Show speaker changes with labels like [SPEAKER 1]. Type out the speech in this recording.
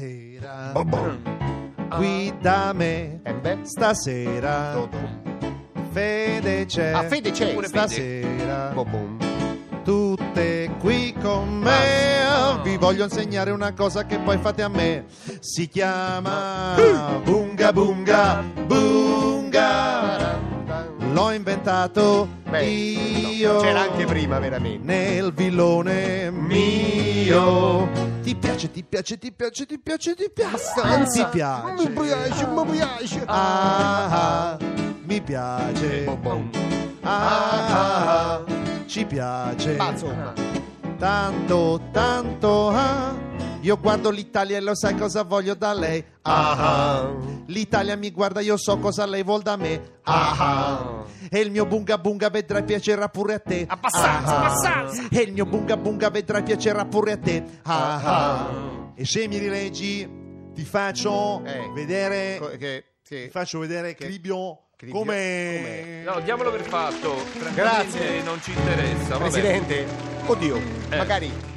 [SPEAKER 1] stasera
[SPEAKER 2] Boh, boh.
[SPEAKER 1] qui da me.
[SPEAKER 2] Eh beh.
[SPEAKER 1] Stasera Fede c'è.
[SPEAKER 2] Ah, Fede c'è. Pure Fede.
[SPEAKER 1] Stasera
[SPEAKER 2] Boh, boh.
[SPEAKER 1] tutte qui con me. Vi voglio insegnare una cosa che poi fate a me. Si chiama Bunga Bunga Bunga. L'ho inventato
[SPEAKER 2] Beh, no,
[SPEAKER 1] io.
[SPEAKER 2] c'era anche prima veramente.
[SPEAKER 1] Nel villone mio. Ti piace, ti piace, ti piace, ti piace, ti piace. Anzi,
[SPEAKER 2] Mi piace,
[SPEAKER 1] piace.
[SPEAKER 2] mi piace.
[SPEAKER 1] Ah, ah, mi piace.
[SPEAKER 2] Boh, boh.
[SPEAKER 1] Ah, ah, ah, ci piace
[SPEAKER 2] Ma insomma.
[SPEAKER 1] tanto, tanto. Ah. Io guardo l'Italia e lo sai cosa voglio da lei. Ah, ah. L'Italia mi guarda, io so cosa lei vuol da me. Ah, ah. E il mio bunga bunga vedrai piacerà pure a te.
[SPEAKER 2] Abbastanza,
[SPEAKER 1] Ah, ah.
[SPEAKER 2] abbastanza.
[SPEAKER 1] E il mio bunga bunga vedrai piacerà pure a te. Ah, ah. E se mi rileggi, ti faccio
[SPEAKER 2] Eh.
[SPEAKER 1] vedere.
[SPEAKER 2] Co- che-
[SPEAKER 1] ti
[SPEAKER 2] sì.
[SPEAKER 1] faccio vedere
[SPEAKER 2] Che-
[SPEAKER 1] Cribbio
[SPEAKER 2] Cribbio-
[SPEAKER 1] come.
[SPEAKER 2] com'è?
[SPEAKER 3] No, diamolo per fatto.
[SPEAKER 2] Grazie.
[SPEAKER 3] Non ci interessa. vabbè.
[SPEAKER 2] Presidente, oddio,
[SPEAKER 3] Eh.
[SPEAKER 2] magari